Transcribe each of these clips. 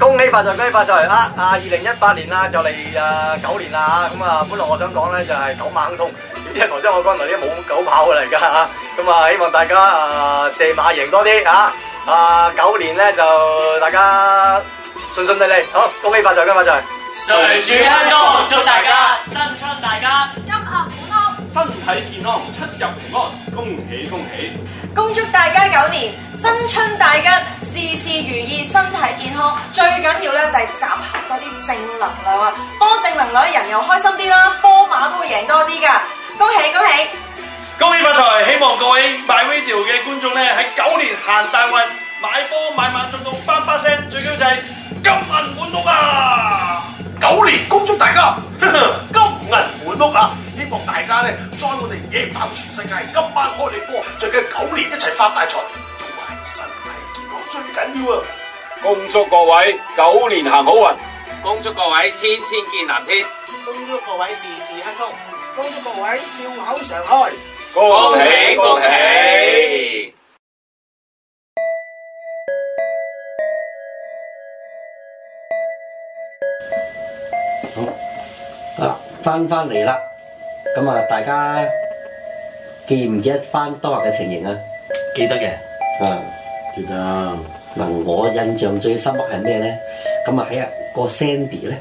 恭喜發財，恭喜發財啊！啊，二零一八年啦，就嚟啊九年啦咁啊，本來我想講咧就係九馬亨通，點知頭先我講嚟啲冇狗跑嘅嚟㗎嚇，咁啊希望大家啊射馬贏多啲嚇，啊九年咧就大家順順利利，好恭喜發財，恭喜發財！誰主香港，祝大家新春大家金合普通，身體健康，出入平安，恭喜恭喜！恭祝大家九年新春大吉，事事如意，身體健康。最緊要咧就係集合多啲正能量啊！波正能量，人又開心啲啦，波馬都會贏多啲噶。恭喜恭喜！恭喜發財！希望各位 My Radio 嘅觀眾咧喺九年行大運，買波買馬進到叭叭聲，最緊要就係金銀滿屋啊！九年恭祝大家 金銀滿屋啊！希望大家咧 join 我哋贏爆全世界，今晚開你波，最緊要九年一齊發大財，同埋身體健康最緊要啊！恭祝各位九年行好運。恭祝各位天天見藍天，恭祝各位事事亨通，恭祝各位笑口常開。恭喜恭喜！嗱，翻翻啊嚟啦，咁啊，大家記唔記得翻當日嘅情形啊？記得嘅，啊，記得嗱，我印象最深刻係咩咧？咁啊喺啊個 Sandy 咧，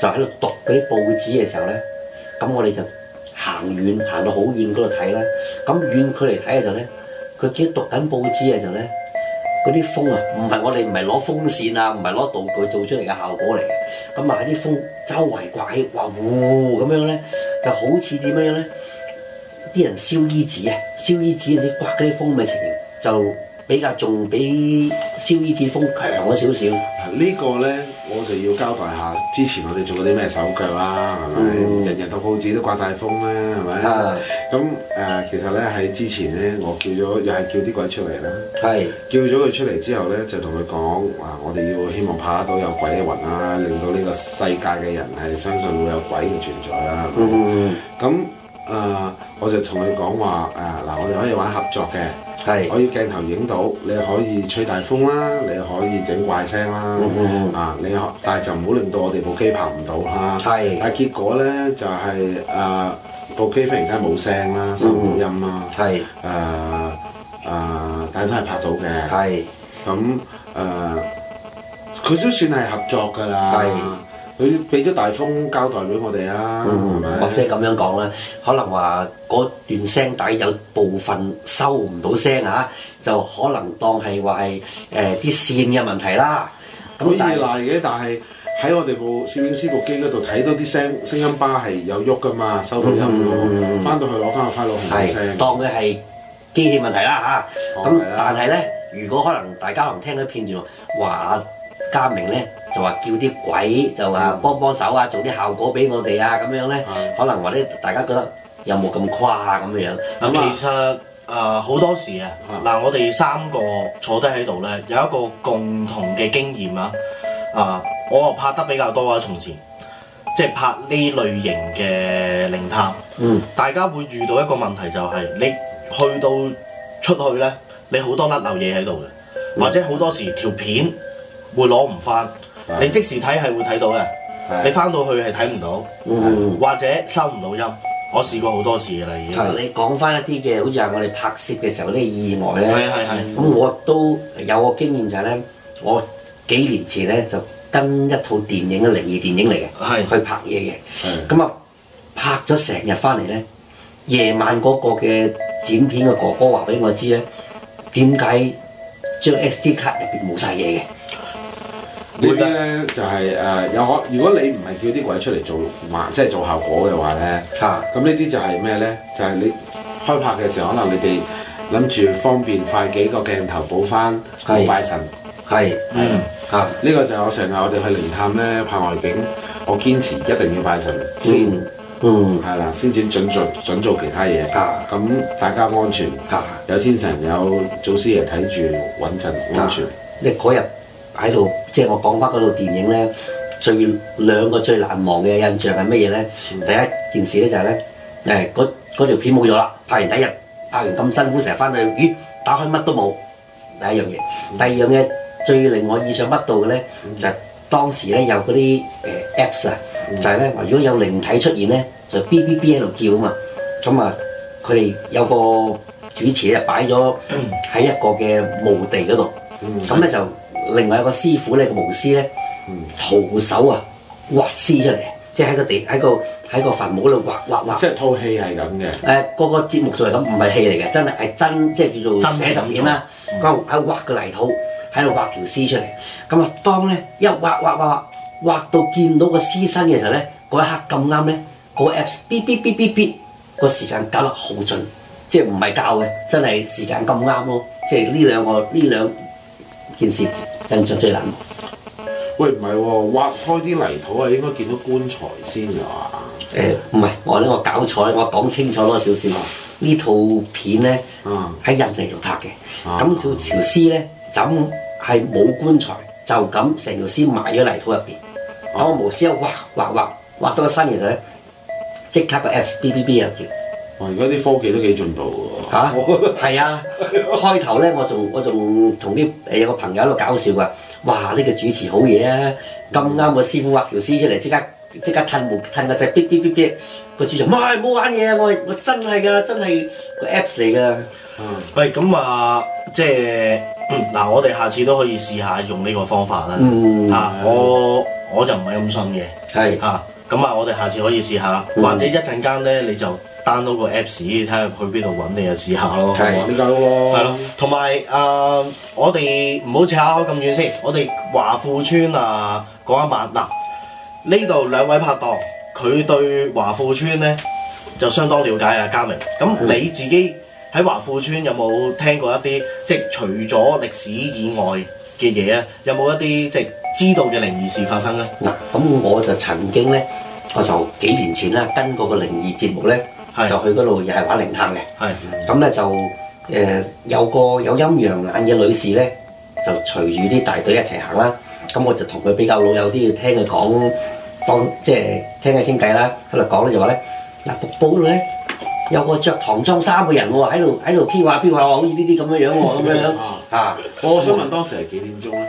就喺度讀嗰啲報紙嘅時候咧，咁我哋就行遠行到好遠嗰度睇啦。咁遠距離睇嘅時候咧，佢見到讀緊報紙嘅時候咧，嗰啲風啊，唔係我哋唔係攞風扇啊，唔係攞道具做出嚟嘅效果嚟嘅。咁啊啲風周圍刮起，哇呼咁樣咧，就好似點樣咧？啲人燒衣紙啊，燒衣紙嗰啲刮嗰啲風嘅情形就比較仲比燒衣紙風強咗少少。嗱呢個咧，我就要交代下之前我哋做過啲咩手腳啦，係咪？嗯人人讀報紙都刮大風啦，係咪？啊，咁誒、其實咧喺之前咧，我叫咗又係叫啲鬼出嚟啦。係叫咗佢出嚟之後咧，就同佢講話，我哋要希望拍得到有鬼嘅魂啦，令到呢個世界嘅人係相信會有鬼嘅存在啦。係咪嗯咁誒、我就同佢講話誒嗱，我哋可以玩合作嘅，嗯係可以鏡頭影到，你可以吹大風啦，你可以整怪聲啦，嗯啊，你可但係就唔好令到我哋部機拍唔到啦。係但係結果咧就係、誒、部機忽然間冇聲啦，收唔到音啦，係誒、誒但係都係拍到嘅。係咁誒，呃佢、都算係合作㗎啦係。佢俾咗大風交代俾我哋啊，係嗯咪、或者咁樣講啦，可能話嗰段聲帶有部分收唔到聲啊，就可能當係話係誒啲線嘅問題啦。可咁以但係賴嘅，但係喺我哋部攝影師部機嗰度睇到啲聲聲音巴係有喐㗎嘛，收到音嗯㗎喎。翻到去攞翻個 file 紅係聲。當佢係機器問題啦吓，當咁係啦啊但係咧，如果可能大家可能聽到片段話阿嘉明咧就話叫啲鬼就話幫幫手啊，做啲效果俾我哋啊咁樣咧，嗯係可能或者大家覺得有冇咁誇咁樣？嗱，咁啊其實誒好多時啊啊，嗱，我哋三個坐低喺度咧，有一個共同嘅經驗啦。啊，我啊拍得比較多啊，從前即係拍呢類型嘅靈探，嗯，大家會遇到一個問題就係、你去到出去咧，你好多甩漏嘢喺度嘅，或者好多時條片會攞唔翻，啊你即時睇係會睇到嘅，係你翻到去係睇唔到。嗯。或者收唔到音，我試過好多次㗎啦已經。啊！你講翻一啲嘅，好似係我哋拍攝嘅時候啲意外咧，係係咁我都有個經驗就係咧，我幾年前咧就跟一套電影嘅靈異電影嚟嘅，係去拍嘢嘅。係咁啊拍咗成日翻嚟咧，夜晚嗰個嘅剪片嘅哥哥話俾我知咧，點解張 SD 卡入邊冇晒嘢嘅？呢啲咧就係、誒有可，如果你唔係叫啲鬼出嚟做畫，即係做效果嘅話咧。嚇、咁呢啲就係咩咧？就係、你開拍嘅時候，可能你哋諗住方便快幾個鏡頭補翻係拜神。係嗯嚇、啊呢個就係我成日我哋去靈探咧拍外景，我堅持一定要拜神先，嗯嗯係啦，先至準做準做其他嘢。嚇咁大家安全，嚇。有天神有祖師爺睇住，穩陣安全。你嗰日喺度，即係我講翻嗰套電影咧，最兩個最難忘嘅印象係乜嘢咧？第一件事咧就係、咧，誒嗰嗰條片冇咗啦，拍完第一日，拍完咁辛苦，成日翻去，咦，打開乜都冇，第一樣嘢。第二樣嘢最令我意想不到嘅咧，就係、當時咧有嗰啲誒 apps 啊，就係咧話如果有靈體出現咧，就 B B B 喺度叫啊嘛，咁啊佢哋有個主持咧擺咗喺一個嘅墓地嗰度，嗯咁咧就另外一個師傅咧個巫師咧徒手啊挖屍出嚟，即係喺個地喺個喺個墳墓嗰度挖挖挖。即係套戲係咁嘅。誒個個節目就係咁，唔係戲嚟嘅，真係係真即係叫做真寫實片啦。咁啊喺度挖個泥土，喺度挖條屍出嚟。咁啊，當咧一挖挖挖挖到見到個屍身嘅時候咧，嗰一刻咁啱咧，嗰個 apps 咇咇咇咇咇個時間搞得好準，即係唔係教嘅，真係時間咁啱咯。即係呢兩個呢兩件事印象最難忘。喂，唔係喎，挖開啲泥土係應該見到棺材先㗎嘛。誒唔係，我呢我搞錯，我講清楚多少少。呢套片咧嗯喺印尼度拍嘅，啊咁條條屍咧就咁係冇棺材，就咁成條屍埋咗泥土入邊。咁個巫師一挖挖挖挖到個身嘅時候咧，即刻個 Apps B B B 入叫。哇！而家啲科技都幾進步喎。嚇，係啊！開頭咧，我仲我仲同啲誒有個朋友喺度搞笑話，哇！呢、個主持好嘢啊！咁啱個師傅畫條絲出嚟，即刻即刻褪毛褪個掣，咇咇咇咇，個主持唔係唔好玩嘢啊！我我真係㗎，真係個 Apps 嚟㗎。喂，咁啊，即係嗯嗱，我哋下次都可以試下用呢個方法啦。嗯啊，我我就唔係咁信嘅。係啊，咁啊，我哋下次可以試下，嗯或者一陣間咧你就 download 個 apps，睇下去邊度揾你就試下咯。係點解喎？係咯，同埋啊，我哋唔好扯開咁遠先，我哋華富村啊嗰一晚嗱，呢度兩位拍檔，佢對華富村咧就相當了解啊，嘉明。咁嗯你自己喺華富村有冇聽過一啲即係除咗歷史以外嘅嘢啊？有冇一啲即係知道嘅靈異事發生咧？嗱，咁我就曾經咧，我就幾年前啦，跟過個靈異節目咧，係就去嗰度又係玩靈探嘅。係咁咧就誒、呃有個有陰陽眼嘅女士咧，就隨住啲大隊一齊行啦。咁我就同佢比較老友啲，要聽佢講，幫即係聽佢傾偈啦。喺度講咧就話咧，嗱瀑布嗰度咧有個着唐裝衫嘅人喎，喺度喺度飄下飄下，好似呢啲咁樣樣喎，咁樣樣啊。我想問當時係幾點鐘咧？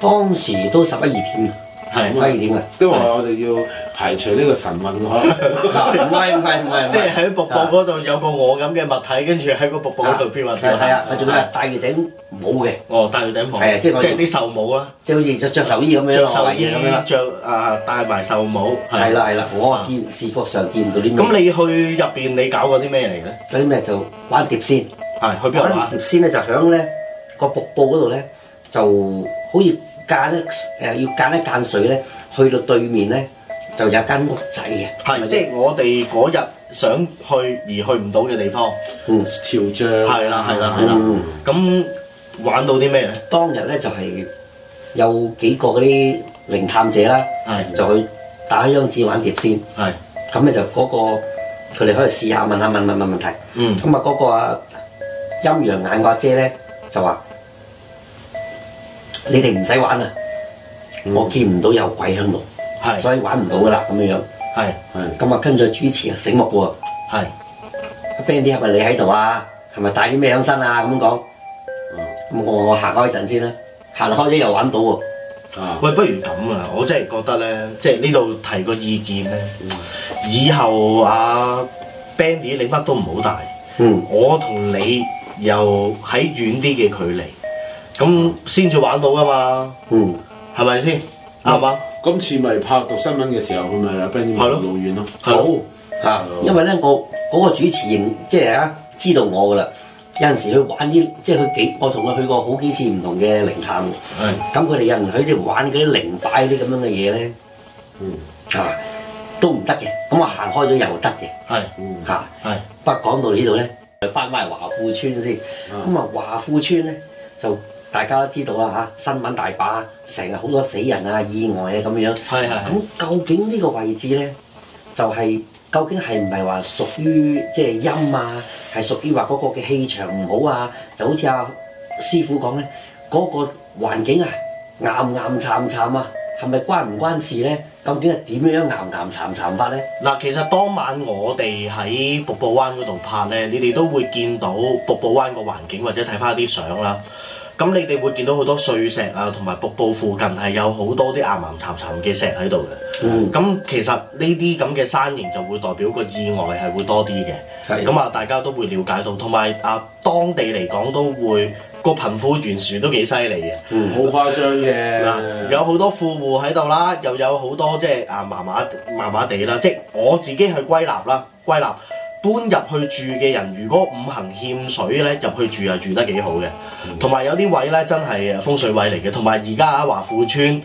當時都十一二點，係十一二點啊。因為我哋要排除呢個神問可唔係唔係唔係，即係喺瀑布嗰度有個我咁嘅物體，跟住喺個瀑布嗰度飄啊飄係啊，佢仲係戴住頂帽嘅，哦，戴住頂帽，係啊即係我哋係啲壽帽啦，即係好似着着壽衣咁樣，着壽外圍衣嘢咁樣啦。，着啊戴埋壽帽，係。啦係啦，我啊見視覺上見唔到啲咩。咁你去入邊你搞過啲咩嚟咧？嗰啲咩就玩碟仙，係去邊度玩玩？碟仙咧就響咧個瀑布嗰度咧，就好似間一誒、要間一間水咧，去到對面咧就有間屋仔嘅，係即係我哋嗰日想去而去唔到嘅地方。嗯，以潮漲。係啦係啦係啦。嗯，咁玩到啲咩咧？當日咧就係、有幾個嗰啲靈探者啦，係就去打開張紙玩碟仙，係咁咧就嗰、個佢哋可以試下問下問問問問題。嗯咁啊嗰個啊陰陽眼個阿姐咧就話：你哋唔使玩啦，我見唔到有鬼喺度，嗯係所以玩唔到噶啦咁樣樣。係係咁啊跟住主持啊醒目喎係，Benny 係咪你喺度啊？係咪帶啲咩響身啊？咁樣講。嗯咁我我行開陣先啦，行開咗又玩到喎。啊，喂，不如咁啊！我真係覺得咧，即係呢度提個意見咧，以後啊 Bandy 你乜都唔好帶。嗯，我同你又喺遠啲嘅距離，咁先至玩到噶嘛，嗯，係咪先？啱啊唔啱？今次咪拍讀新聞嘅時候，佢咪阿 Ben 係咯老遠咯。好嚇，因為咧我嗰、個主持認即係啊知道我噶啦，有陣時去玩啲即係佢幾，我同佢去過好幾次唔同嘅靈探喎。係咁佢哋有人喺度玩嗰啲靈擺啲咁樣嘅嘢咧，嗯啊都唔得嘅。咁我行開咗又得嘅係嗯，嚇。係不過講到呢度咧，就翻返嚟華富村先。咁啊，華富村咧就大家都知道啦嚇，新聞大把，成日好多死人啊、意外啊咁樣。係係咁究竟呢個位置咧，就係、究竟係唔係話屬於即係陰啊？係屬於話嗰個嘅氣場唔好啊？就好似阿、師傅講咧，嗰、個環境啊，岩岩慘慘啊，係咪關唔關事咧？究竟係點樣岩岩慘慘法咧？嗱，其實當晚我哋喺瀑布灣嗰度拍咧，你哋都會見到瀑布灣個環境，或者睇翻啲相啦。咁你哋會見到好多碎石啊，同埋瀑布附近係有好多啲岩岩巉巉嘅石喺度嘅。嗯咁、其實呢啲咁嘅山形就會代表個意外係會多啲嘅。係咁啊，大家都會了解到，同埋啊，當地嚟講都會個貧富懸殊都幾犀利嘅。好誇張嗱，嘅。有好多富戶喺度啦，又有好多即係啊麻麻麻麻地啦，即係我自己去歸納啦，歸納搬入去住嘅人，如果五行欠水咧，入去住係住得幾好嘅，同埋有啲位咧真係風水位嚟嘅，同埋而家華富村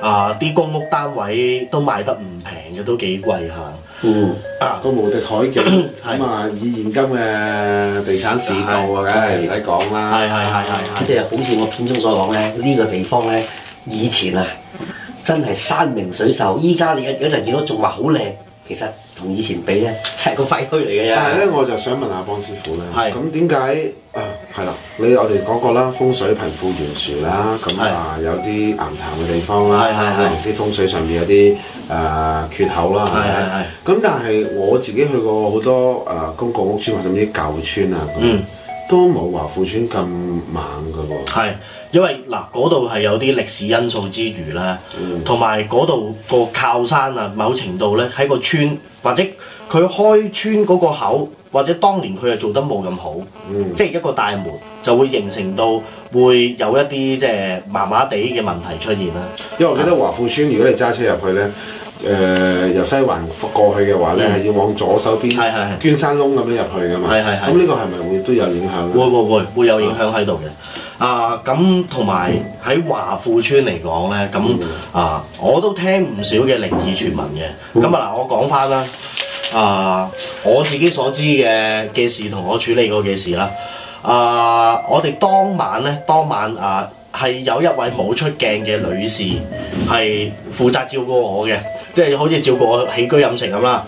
啊啲公屋單位都賣得唔平嘅，都幾貴下。嗯，啊個無敵海 景咁啊，以現今嘅地產市道啊，梗係唔使講啦。係係係係即係好似我片中所講咧，呢、個地方咧，以前啊，真係山明水秀。依家你有有人見到仲話好靚，其實同以前比咧，真係個廢墟嚟嘅但係啊啫。咧，我就想問下邦師傅咧，咁點解啊？係啦，你我哋講過啦，風水貧富懸殊啦，咁啊有啲岩潭嘅地方啦，可能啲風水上面有啲誒缺口啦，係咪？咁但係我自己去過好多誒公共屋邨或者甚至舊村啊，咁都冇華富村咁猛嘅喎。係，因為嗱嗰度係有啲歷史因素之餘啦，同埋嗰度個靠山啊，某程度咧喺個村或者佢開村嗰個口，或者當年佢係做得冇咁好，嗯即係一個大門就會形成到會有一啲即係麻麻地嘅問題出現啦。因為我記得華富村，如果你揸車入去咧，誒、由西環過去嘅話咧，嗯係、要往左手邊捐山窿咁樣入去噶嘛。係係係咁呢個係咪會都有影響會咧？會會會有影響喺度嘅。啊，咁同埋喺華富村嚟講咧，咁啊，我都聽唔少嘅靈異傳聞嘅。咁啊嗱，我講翻啦。啊，我自己所知嘅嘅事同我處理過嘅事啦。啊，我哋當晚咧，當晚啊。係有一位冇出鏡嘅女士係負責照顧我嘅，即係好似照顧我起居飲食咁啦。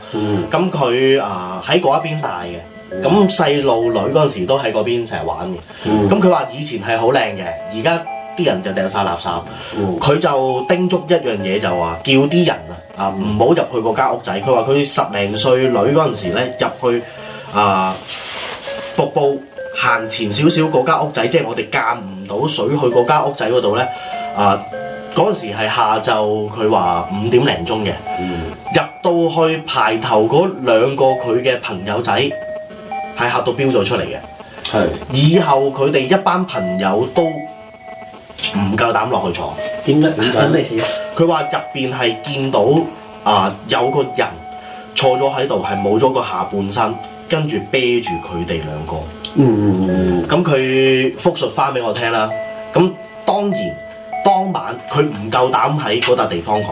咁佢啊喺嗰一邊大嘅，咁細路女嗰陣時都喺嗰邊成日玩嘅。咁佢話以前係好靚嘅，而家啲人就掉晒垃圾。嗯佢就叮囑一樣嘢就話叫啲人啊啊唔好入去嗰間屋仔。佢話佢十零歲女嗰陣時咧入去啊瀑布行前少少嗰間屋仔，即係我哋間唔到水去嗰間屋仔嗰度咧啊。嗰陣時係下晝，佢話五點零鐘嘅，入到去排頭嗰兩個佢嘅朋友仔係嚇到飆咗出嚟嘅。係以後佢哋一班朋友都唔夠膽落去坐。點解？有咩事啊？佢話入邊係見到啊、有個人坐咗喺度，係冇咗個下半身，跟住啤住佢哋兩個。嗯嗯嗯咁佢復述翻俾我聽啦。咁當然當晚佢唔夠膽喺嗰笪地方講，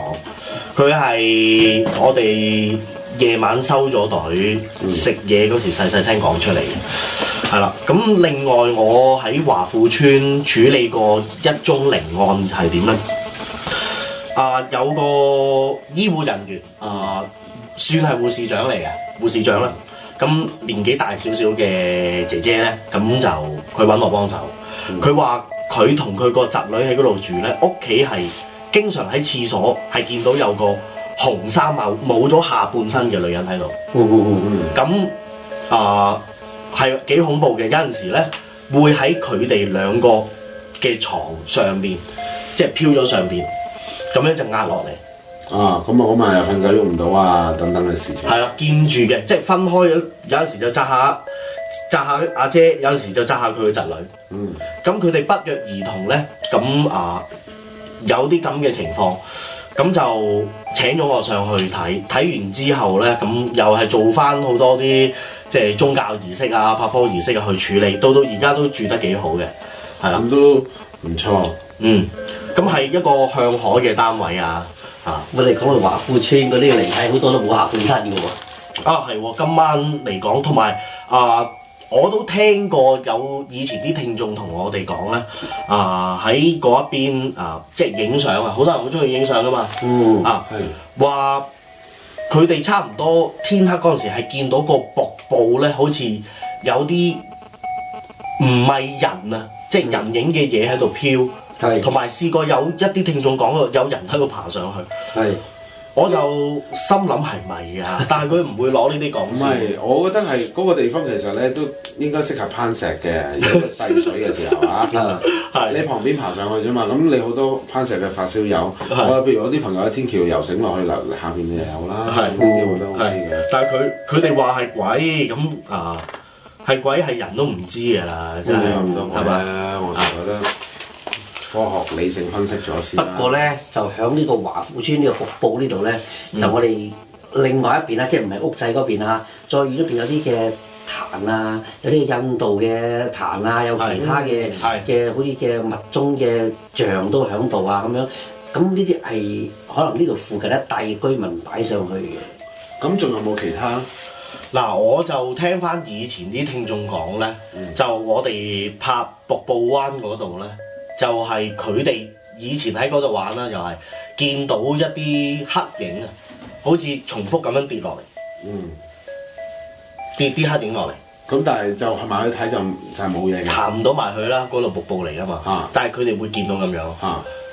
佢係我哋夜晚收咗隊食嘢嗰時細細聲講出嚟嘅。係啦，咁另外我喺華富村處理過一宗靈案係點呢？啊，有個醫護人員啊，算係護士長嚟嘅，護士長啦。咁年紀大少少嘅姐姐咧，咁就佢揾我幫手。佢話佢同佢個侄女喺嗰度住咧，屋企係經常喺廁所係見到有個紅衫帽冇咗下半身嘅女人喺度。嗯咁啊係幾恐怖嘅，有陣時咧會喺佢哋兩個嘅床上面，即係飄咗上邊，咁樣就壓落嚟。啊，咁啊，好嘛，又瞓覺喐唔到啊，等等嘅事情。係啦，見住嘅，即係分開咗，有陣時就扎下扎下阿姐，有陣時就扎下佢嘅侄女。嗯，咁佢哋不約而同咧，咁啊有啲咁嘅情況，咁就請咗我上去睇，睇完之後咧，咁又係做翻好多啲即係宗教儀式啊、法科儀式啊去處理，到到而家都住得幾好嘅，係啦，咁都唔錯。嗯，咁係一個向海嘅單位啊，嚇、嗯，我哋講到華富村嗰啲靈體好多都冇下半身嘅喎。啊，係喎，今晚嚟講，同埋啊，我都聽過有以前啲聽眾同我哋講咧，啊喺嗰一邊啊，即係影相啊，好多人好中意影相噶嘛，嗯，啊係話佢哋差唔多天黑嗰陣時係見到個瀑布咧，好似有啲唔係人啊，即係人影嘅嘢喺度飄，係同埋試過有一啲聽眾講過有人喺度爬上去。係我就心諗係咪 啊？但係佢唔會攞呢啲唔講先係，。我覺得係嗰個地方其實咧都應該適合攀石嘅，如果細水嘅時候啊， 你旁邊爬上去啫嘛。咁你好多攀石嘅發燒友，係我譬如我啲朋友喺天橋游繩落去樓下面就有啦，係咁呢啲我都 OK 嘅。但係佢佢哋話係鬼咁啊，係鬼係人都唔知㗎啦，真係咁多係嘛？啦，我成日覺得科學理性分析咗先不啦。過咧，就喺呢個華富村呢個瀑布呢度咧，嗯就我哋另外一邊啦，即係唔係屋仔嗰邊啊，再遠一邊有啲嘅壇啊，有啲印度嘅壇啊，有其他嘅嘅好似嘅密宗嘅像都喺度啊咁樣。咁呢啲係可能呢度附近一帶嘅居民擺上去嘅。咁仲有冇其他？嗱，我就聽翻以前啲聽眾講咧，就我哋拍瀑布灣嗰度咧，就係佢哋以前喺嗰度玩啦，又係見到一啲黑影啊，好似重複咁樣跌落嚟，嗯，跌啲黑影落嚟。咁但係就係埋去睇就就係冇嘢嘅，行唔到埋去啦，嗰度瀑布嚟噶嘛。但係佢哋會見到咁樣。嚇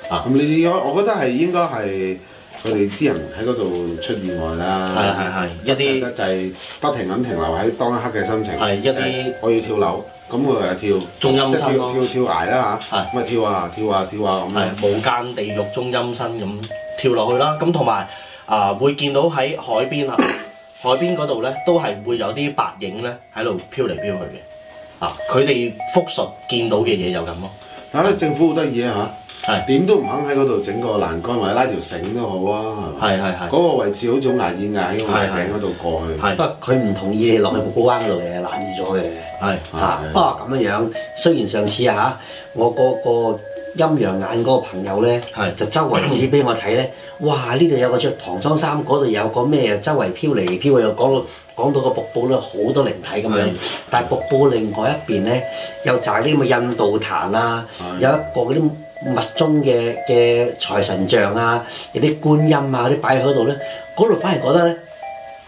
啊咁呢啲我我覺得係應該係佢哋啲人喺嗰度出意外啦，係係係一啲得滯不停咁停留喺當一刻嘅心情，係一啲就係我要跳樓，咁我又跳，中陰即係身跳咯跳跳崖啦嚇，咁啊跳啊跳啊跳啊咁係啊，無間地獄中陰身咁跳落去啦。咁同埋啊，會見到喺海 邊啊，海邊嗰度咧都係會有啲白影咧喺度飄嚟飄去嘅。啊，佢哋復述見到嘅嘢就咁咯。但係政府好得意啊嚇，點都唔肯喺嗰度整個欄杆或者拉條繩都好啊，係係係嗰個位置好似好牙煙牙喺個係頂嗰度過去，不過佢唔同意你落去瀑布灣嗰度嘅，攔住咗嘅。係啊嚇，不過咁樣樣，雖然上次啊嚇，我個個陰陽眼嗰個朋友咧，就周圍指俾我睇咧，哇！呢度有個着唐裝衫，嗰度有個咩，周圍飄嚟飄去，又講到講到個瀑布咧，好多靈體咁樣係。但係瀑布另外一邊咧，又就係啲咁嘅印度壇啊，有一個嗰啲密宗嘅嘅財神像啊，有啲觀音啊嗰啲擺喺嗰度咧，嗰度反而覺得咧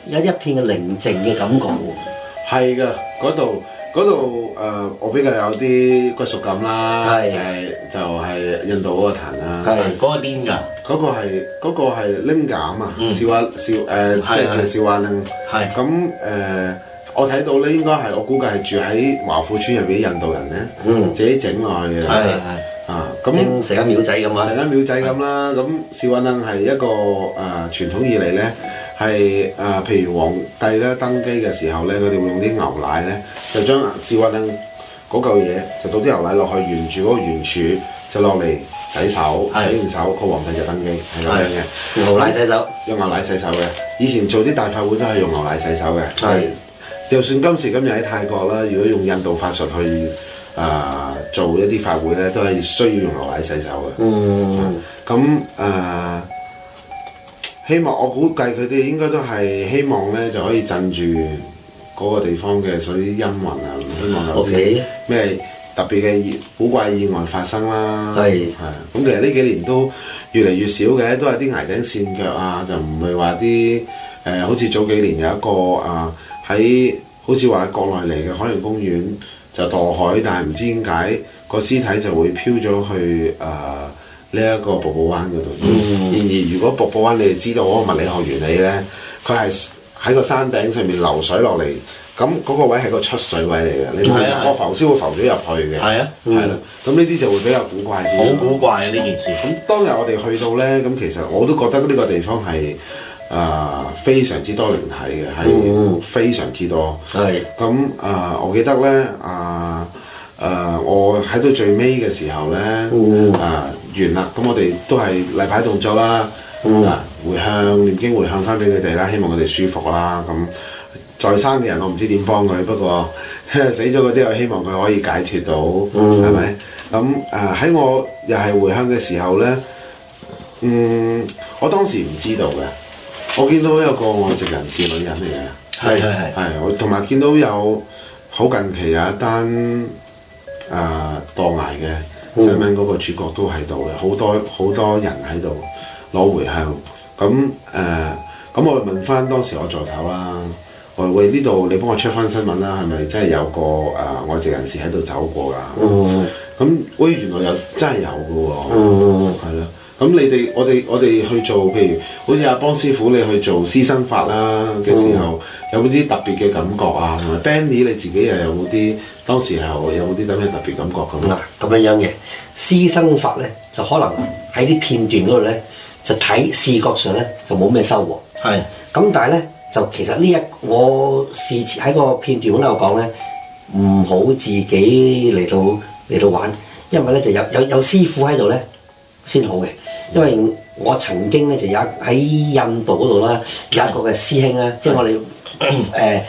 有一片嘅寧靜嘅感覺喎。係噶，嗰度嗰度誒，我比較有啲歸屬感啦，就係就係印度嗰個壇啦，係嗰個 Linga，嗰個係嗰個係 Linga 啊嘛，笑話笑誒，係呃即係佢係笑話 Ling，係咁誒。我睇到咧，應該係我估計係住喺華富村入邊啲印度人咧，自己整落去嘅。係係啊，咁整成間廟仔咁啊成間廟仔咁啦。咁少運燈係一個誒、呃、傳統以嚟咧，係誒、呃譬如皇帝咧登基嘅時候咧，佢哋會用啲牛奶咧，就將少運燈嗰嚿嘢就倒啲牛奶落去沿住嗰個圓柱就落嚟洗手，洗完手個皇帝就登基，係咁樣嘅。係牛奶洗手，用牛奶洗手嘅。以前做啲大快會都係用牛奶洗手嘅。係。就算今時今日喺泰國啦，如果用印度法術去啊、做一啲法會咧，都係需要用牛奶洗手嘅。嗯，咁誒、啊希望我估計佢哋應該都係希望咧就可以鎮住嗰個地方嘅水陰雲啊，唔希望有啲 OK 咩特別嘅意古怪意外發生啦。係係啊咁其實呢幾年都越嚟越少嘅，都係啲崖頂跣腳啊，就唔係話啲誒好似早幾年有一個啊喺、好似話國內嚟嘅海洋公園就墮海，但係唔知點解個屍體就會漂咗去誒。啊呢一個瀑布灣嗰度。嗯然而，如果瀑布灣你哋知道哦嗰個物理學原理咧，佢係喺個山頂上面流水落嚟，咁嗰個位係個出水位嚟嘅，你係啊明唔明係個啊浮燒會浮咗入去嘅。係啊係啦。咁呢啲就會比較古怪啲。好古怪啊呢件事。咁當日我哋去到咧，咁其實我都覺得呢個地方係。啊、非常之多靈體嘅，嗯係非常之多。係咁啊、我記得咧啊啊，我喺到最尾嘅時候咧，啊、完啦，咁我哋都係例牌動作啦，啊回向念經回向翻俾佢哋啦，希望佢哋舒服啦。咁在生嘅人我唔知點幫佢，不過 死咗嗰啲我希望佢可以解脱到，係咪、咁啊喺我又係回向嘅時候咧，嗯，我當時唔知道嘅，我見到有個外籍人士女人嚟嘅。係係係。係，我同埋見到有好近期有一單誒、呃、墮崖嘅新聞，嗰個主角都喺度嘅，好多好多人喺度攞回向。咁誒，咁、我問翻當時我助手啦，我話喂呢度你幫我 check 翻新聞啦，係咪真係有個誒、呃外籍人士嗯喺度走過㗎？咁喂，原來有真係有嘅喎，係咯、咁你哋我哋我哋去做，譬如好似阿邦師傅你去做私生法啦嘅時嗯候，有冇啲特別嘅感覺啊？同埋 Benny 你自己又有冇啲當時候有冇啲咁嘅特別感覺咁嗱咁樣樣嘅私生法咧，就可能喺啲片段嗰度咧，就睇視覺上咧就冇咩收穫。係。咁但係咧，就其實呢一我事前喺個片段嗰度講咧，唔好自己嚟到嚟到玩，因為咧就有有有師傅喺度咧先好嘅，因為。我曾經咧就有一喺印度嗰度啦，有一個嘅師兄啊啦，即係我哋誒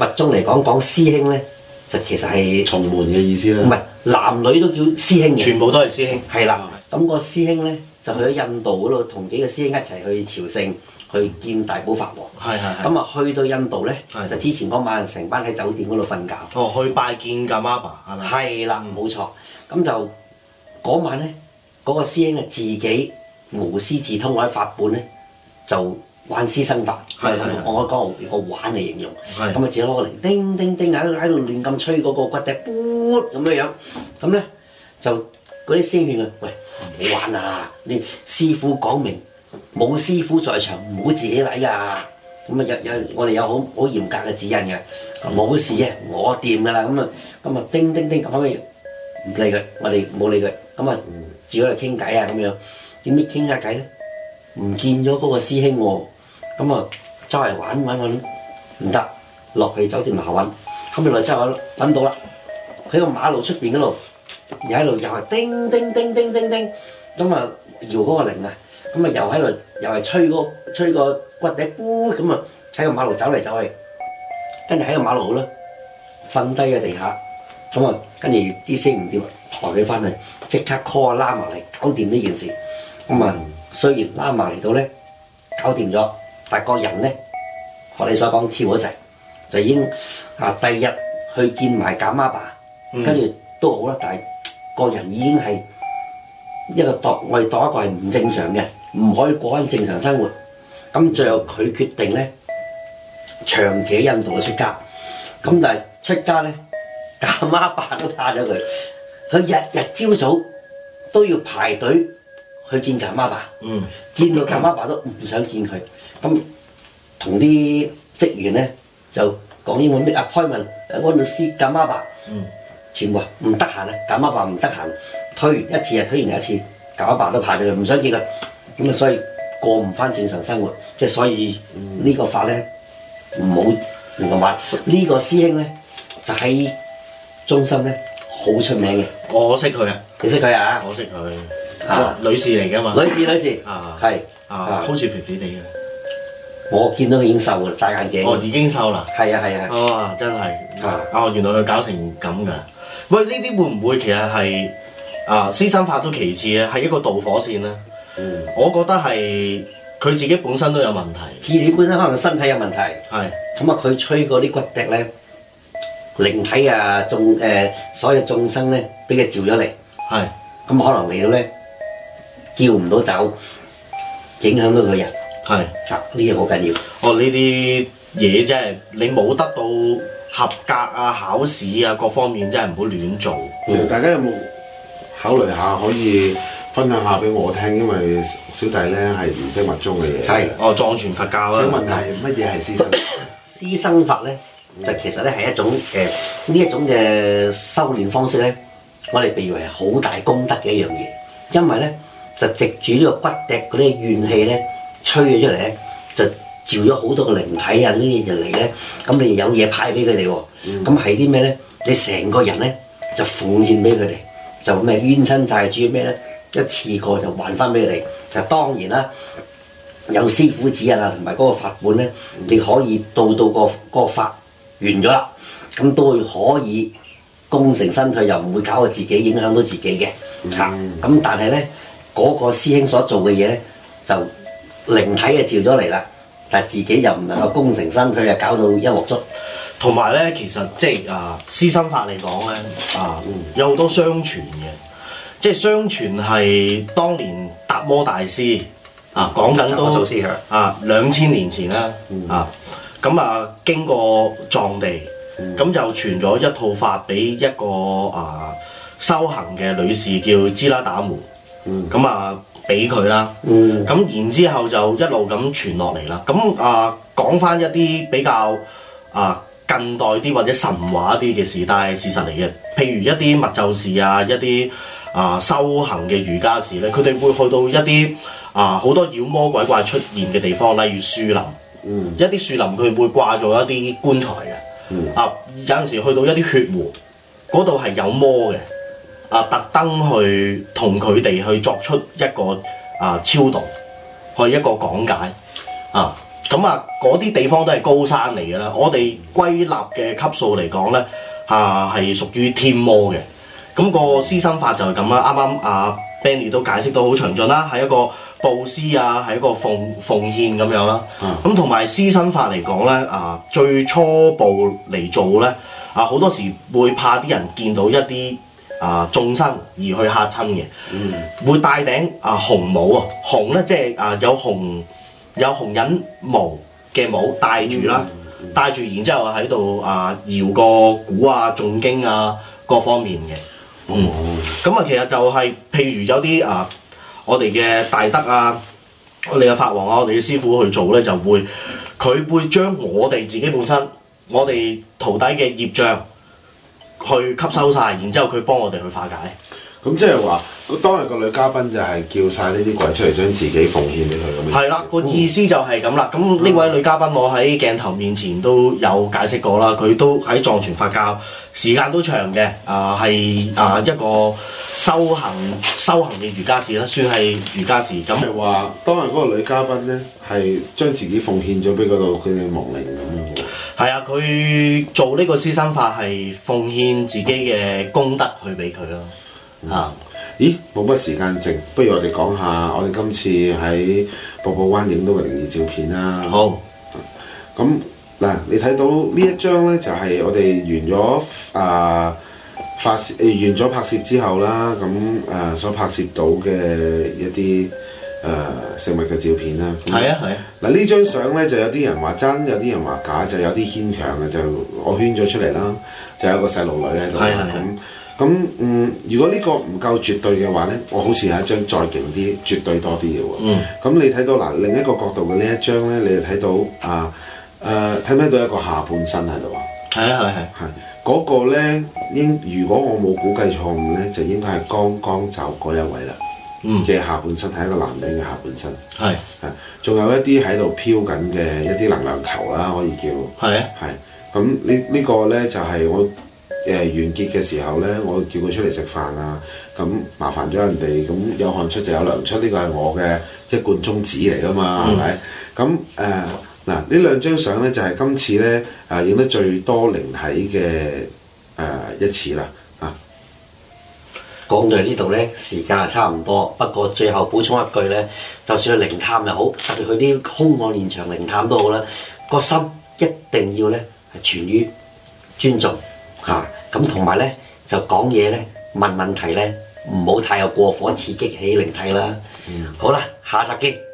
密宗嚟講講師兄咧，就其實係重門嘅意思啦。唔係男女都叫師兄，全部都係師兄。係啦，咁個師兄咧就去咗印度嗰度，同幾個師兄一齊去朝聖，去見大寶法王。係係係咁啊，去到印度咧係，就之前嗰晚成班喺酒店嗰度瞓覺。哦，去拜見㗎媽爸係咪？嗯係啦，冇錯。咁就嗰晚咧，嗰、個師兄啊自己無師自通，我喺法本咧就玩私生法。係係係我講我玩嚟形容。係咁啊，自己攞嚟叮叮叮喺度喺度亂咁吹嗰個骨笛，噗咁樣樣。咁咧就嗰啲師兄勸佢：喂，唔好玩啊！你師傅講明，冇師傅在場，唔好自己嚟啊！咁啊，有有我哋有好好嚴格嘅指引嘅，冇事嘅，我掂噶啦。咁啊，咁啊，叮叮叮咁樣。唔理佢，我哋冇理佢。咁啊，自己喺度傾偈啊咁樣。點知傾下偈咧，唔見咗嗰個師兄喎。咁啊，周圍揾揾揾，唔得，落去酒店樓下揾。後尾落去之後揾揾到啦，喺個馬路出邊嗰度，又喺度又係叮叮叮叮叮叮，咁啊搖嗰個鈴啊，咁啊又喺度又係吹個吹個骨笛，咕咁啊喺個馬路走嚟走去，跟住喺個馬路咧瞓低喺地下。咁啊，跟住啲聲唔掂，抬佢翻去，即刻 call 拉埋嚟搞掂呢件事。咁啊，雖然拉埋嚟到咧，搞掂咗，但係個人咧，學你所講跳咗滯，就已經啊第二日去見埋減媽爸，嗯跟住都好啦，但係個人已經係一個度，我哋度一個係唔正常嘅，唔可以過緊正常生活。咁最後佢決定咧，長期喺印度出家。咁但係出家咧。阿媽爸都怕咗佢，佢日日朝早都要排隊去見阿媽爸，嗯，見到阿媽爸都唔想見佢，咁同啲職員咧就講英文 make appointment，I want to see 阿媽爸，嗯，全部話唔得閒啊，阿媽爸唔得閒，推一次啊，推完一次，阿媽爸都排咗佢，唔想見佢，咁啊所以過唔翻正常生活，即係所以呢個法咧唔好亂咁玩，呢、個師兄咧就喺、中心咧好出名嘅。我識佢啊，你識佢啊？我識佢，啊女士嚟㗎嘛？女士女士啊，係啊，好似肥肥地嘅。我見到佢已經瘦啦，戴眼鏡。哦已經瘦啦。係啊係啊。啊，真係啊！原來佢搞成咁噶。喂，呢啲會唔會其實係啊私生法都其次啊，係一個導火線咧？嗯，我覺得係佢自己本身都有問題。自己本身可能身體有問題。係。咁啊，佢吹嗰啲骨笛咧，靈體啊，眾誒、所有眾生咧，俾佢召咗嚟。係。咁可能嚟到咧，叫唔到走，影響到個人。係。啊，呢樣好緊要。哦，呢啲嘢真係你冇得到合格啊、考試啊各方面，真係唔好亂做。其實大家有冇考慮下可以分享下俾我聽？因為小弟咧係唔識密宗嘅嘢。係哦，藏傳佛教請問係乜嘢係私生？私生法咧，就其實咧係一種誒呢一種嘅修練方式咧，我哋被譽為好大功德嘅一樣嘢，因為咧就藉住呢個骨笛嗰啲怨氣咧吹咗出嚟咧，就召咗好多個靈體啊呢啲人嚟咧，咁你有嘢派俾佢哋喎，咁係啲咩咧？你成個人咧就奉獻俾佢哋，就咩冤親債主咩咧，一次過就還翻俾佢哋，就當然啦。有師傅指引啊，同埋嗰個法本咧，你可以到到、個嗰個法完咗啦，咁都會可以功成身退，又唔會搞到自己影響到自己嘅嚇。咁、但係咧，嗰、個師兄所做嘅嘢咧，就靈體就啊照咗嚟啦，但係自己又唔能夠功成身退，又搞到一鑊粥。同埋咧，其實即係啊，私生法嚟講咧，啊，有好多相傳嘅，即係相傳係當年達摩大師啊，講緊達摩都祖師係啊兩千年前啦，啊，咁啊經過藏地，咁就傳咗一套法俾一個啊修行嘅女士叫支拉打姆，咁啊。俾佢啦。嗯咁然之後就一路咁傳落嚟啦。咁啊講翻一啲比較啊近代啲或者神話啲嘅事，但係事實嚟嘅，譬如一啲密咒士啊，一啲啊修行嘅瑜伽士咧，佢哋會去到一啲啊好多妖魔鬼怪出現嘅地方，例如樹林，嗯、一啲樹林佢會掛咗一啲棺材嘅，嗯啊有陣時去到一啲血湖，嗰度係有魔嘅。啊，特登去同佢哋去作出一個啊超度，去一個講解啊。咁啊，嗰啲地方都係高山嚟嘅啦。我哋歸納嘅級數嚟講咧，啊係屬於天魔嘅。咁、個私生法就係咁啦。啱啱啊 Benny 都解釋到好詳盡啦，係一個布施啊，係一個奉奉獻咁樣啦。咁同埋私生法嚟講咧，啊最初步嚟做咧，啊好多時會怕啲人見到一啲。啊眾生而去嚇親嘅，會戴頂啊紅帽啊，紅咧即係啊有紅有紅引毛嘅帽戴住啦，戴住然之後喺度啊搖個鼓啊、誦經啊各方面嘅，嗯，哦咁啊其實就係、譬如有啲啊我哋嘅大德啊。我哋嘅法王啊，我哋嘅師傅去做咧，就會佢會將我哋自己本身，我哋徒弟嘅業障去吸收晒，然之後佢幫我哋去化解。咁即係話，當日個女嘉賓就係叫晒呢啲鬼出嚟，將自己奉獻俾佢咁樣。係啦，個意思就係咁啦。咁呢位女嘉賓，我喺鏡頭面前都有解釋過啦。佢都喺藏傳佛教時間都長嘅，啊係啊一個修行修行嘅瑜伽士啦，算係瑜伽士咁。係話當日嗰個女嘉賓咧，係將自己奉獻咗俾嗰度佢嘅亡靈咁樣喎。係啊，佢做呢個師生法係奉獻自己嘅功德去俾佢咯。啊，咦，冇乜時間剩，不如我哋講下我哋今次喺瀑布灣影到嘅靈異照片啦。好。咁嗱，你睇到呢一張咧，就係、我哋完咗啊、發攝誒完咗拍攝之後啦，咁誒、呃所拍攝到嘅一啲誒、呃食物嘅照片啦。咁係啊，係啊。嗱呢張相咧就有啲人話真，有啲人話假，就有啲牽強嘅，就我圈咗出嚟啦，就有個細路女喺度啦係係係咁咁嗯，如果呢個唔夠絕對嘅話咧，我好似有一張再勁啲、絕對多啲嘅喎。嗯咁你睇到嗱另一個角度嘅呢一張咧，你就睇到啊誒睇唔睇到一個下半身喺度啊？係啊，係係。係嗰、個咧應如果我冇估計錯誤咧，就應該係剛剛走嗰一位啦。嗯嘅下半身係一個男人嘅下半身。係係，啊仲有一啲喺度飄緊嘅一啲能量球啦，可以叫係啊係。咁呢呢個咧就係我誒、呃完結嘅時候咧，我叫佢出嚟食飯啊。咁麻煩咗人哋，咁有汗出就有糧出，呢個係我嘅一貫宗旨嚟噶嘛，係咪、咁誒嗱呢兩張相咧就係、今次咧誒影得最多靈體嘅誒、呃一次啦。啊，講到嚟呢度咧，時間係差唔多。不過最後補充一句咧，就算去靈探又好，特別去啲兇案現場靈探都好啦，個心一定要咧係存於尊重嚇。咁同埋咧就講嘢咧問問題咧，唔好太有過火刺激起靈體啦。好啦，下集見。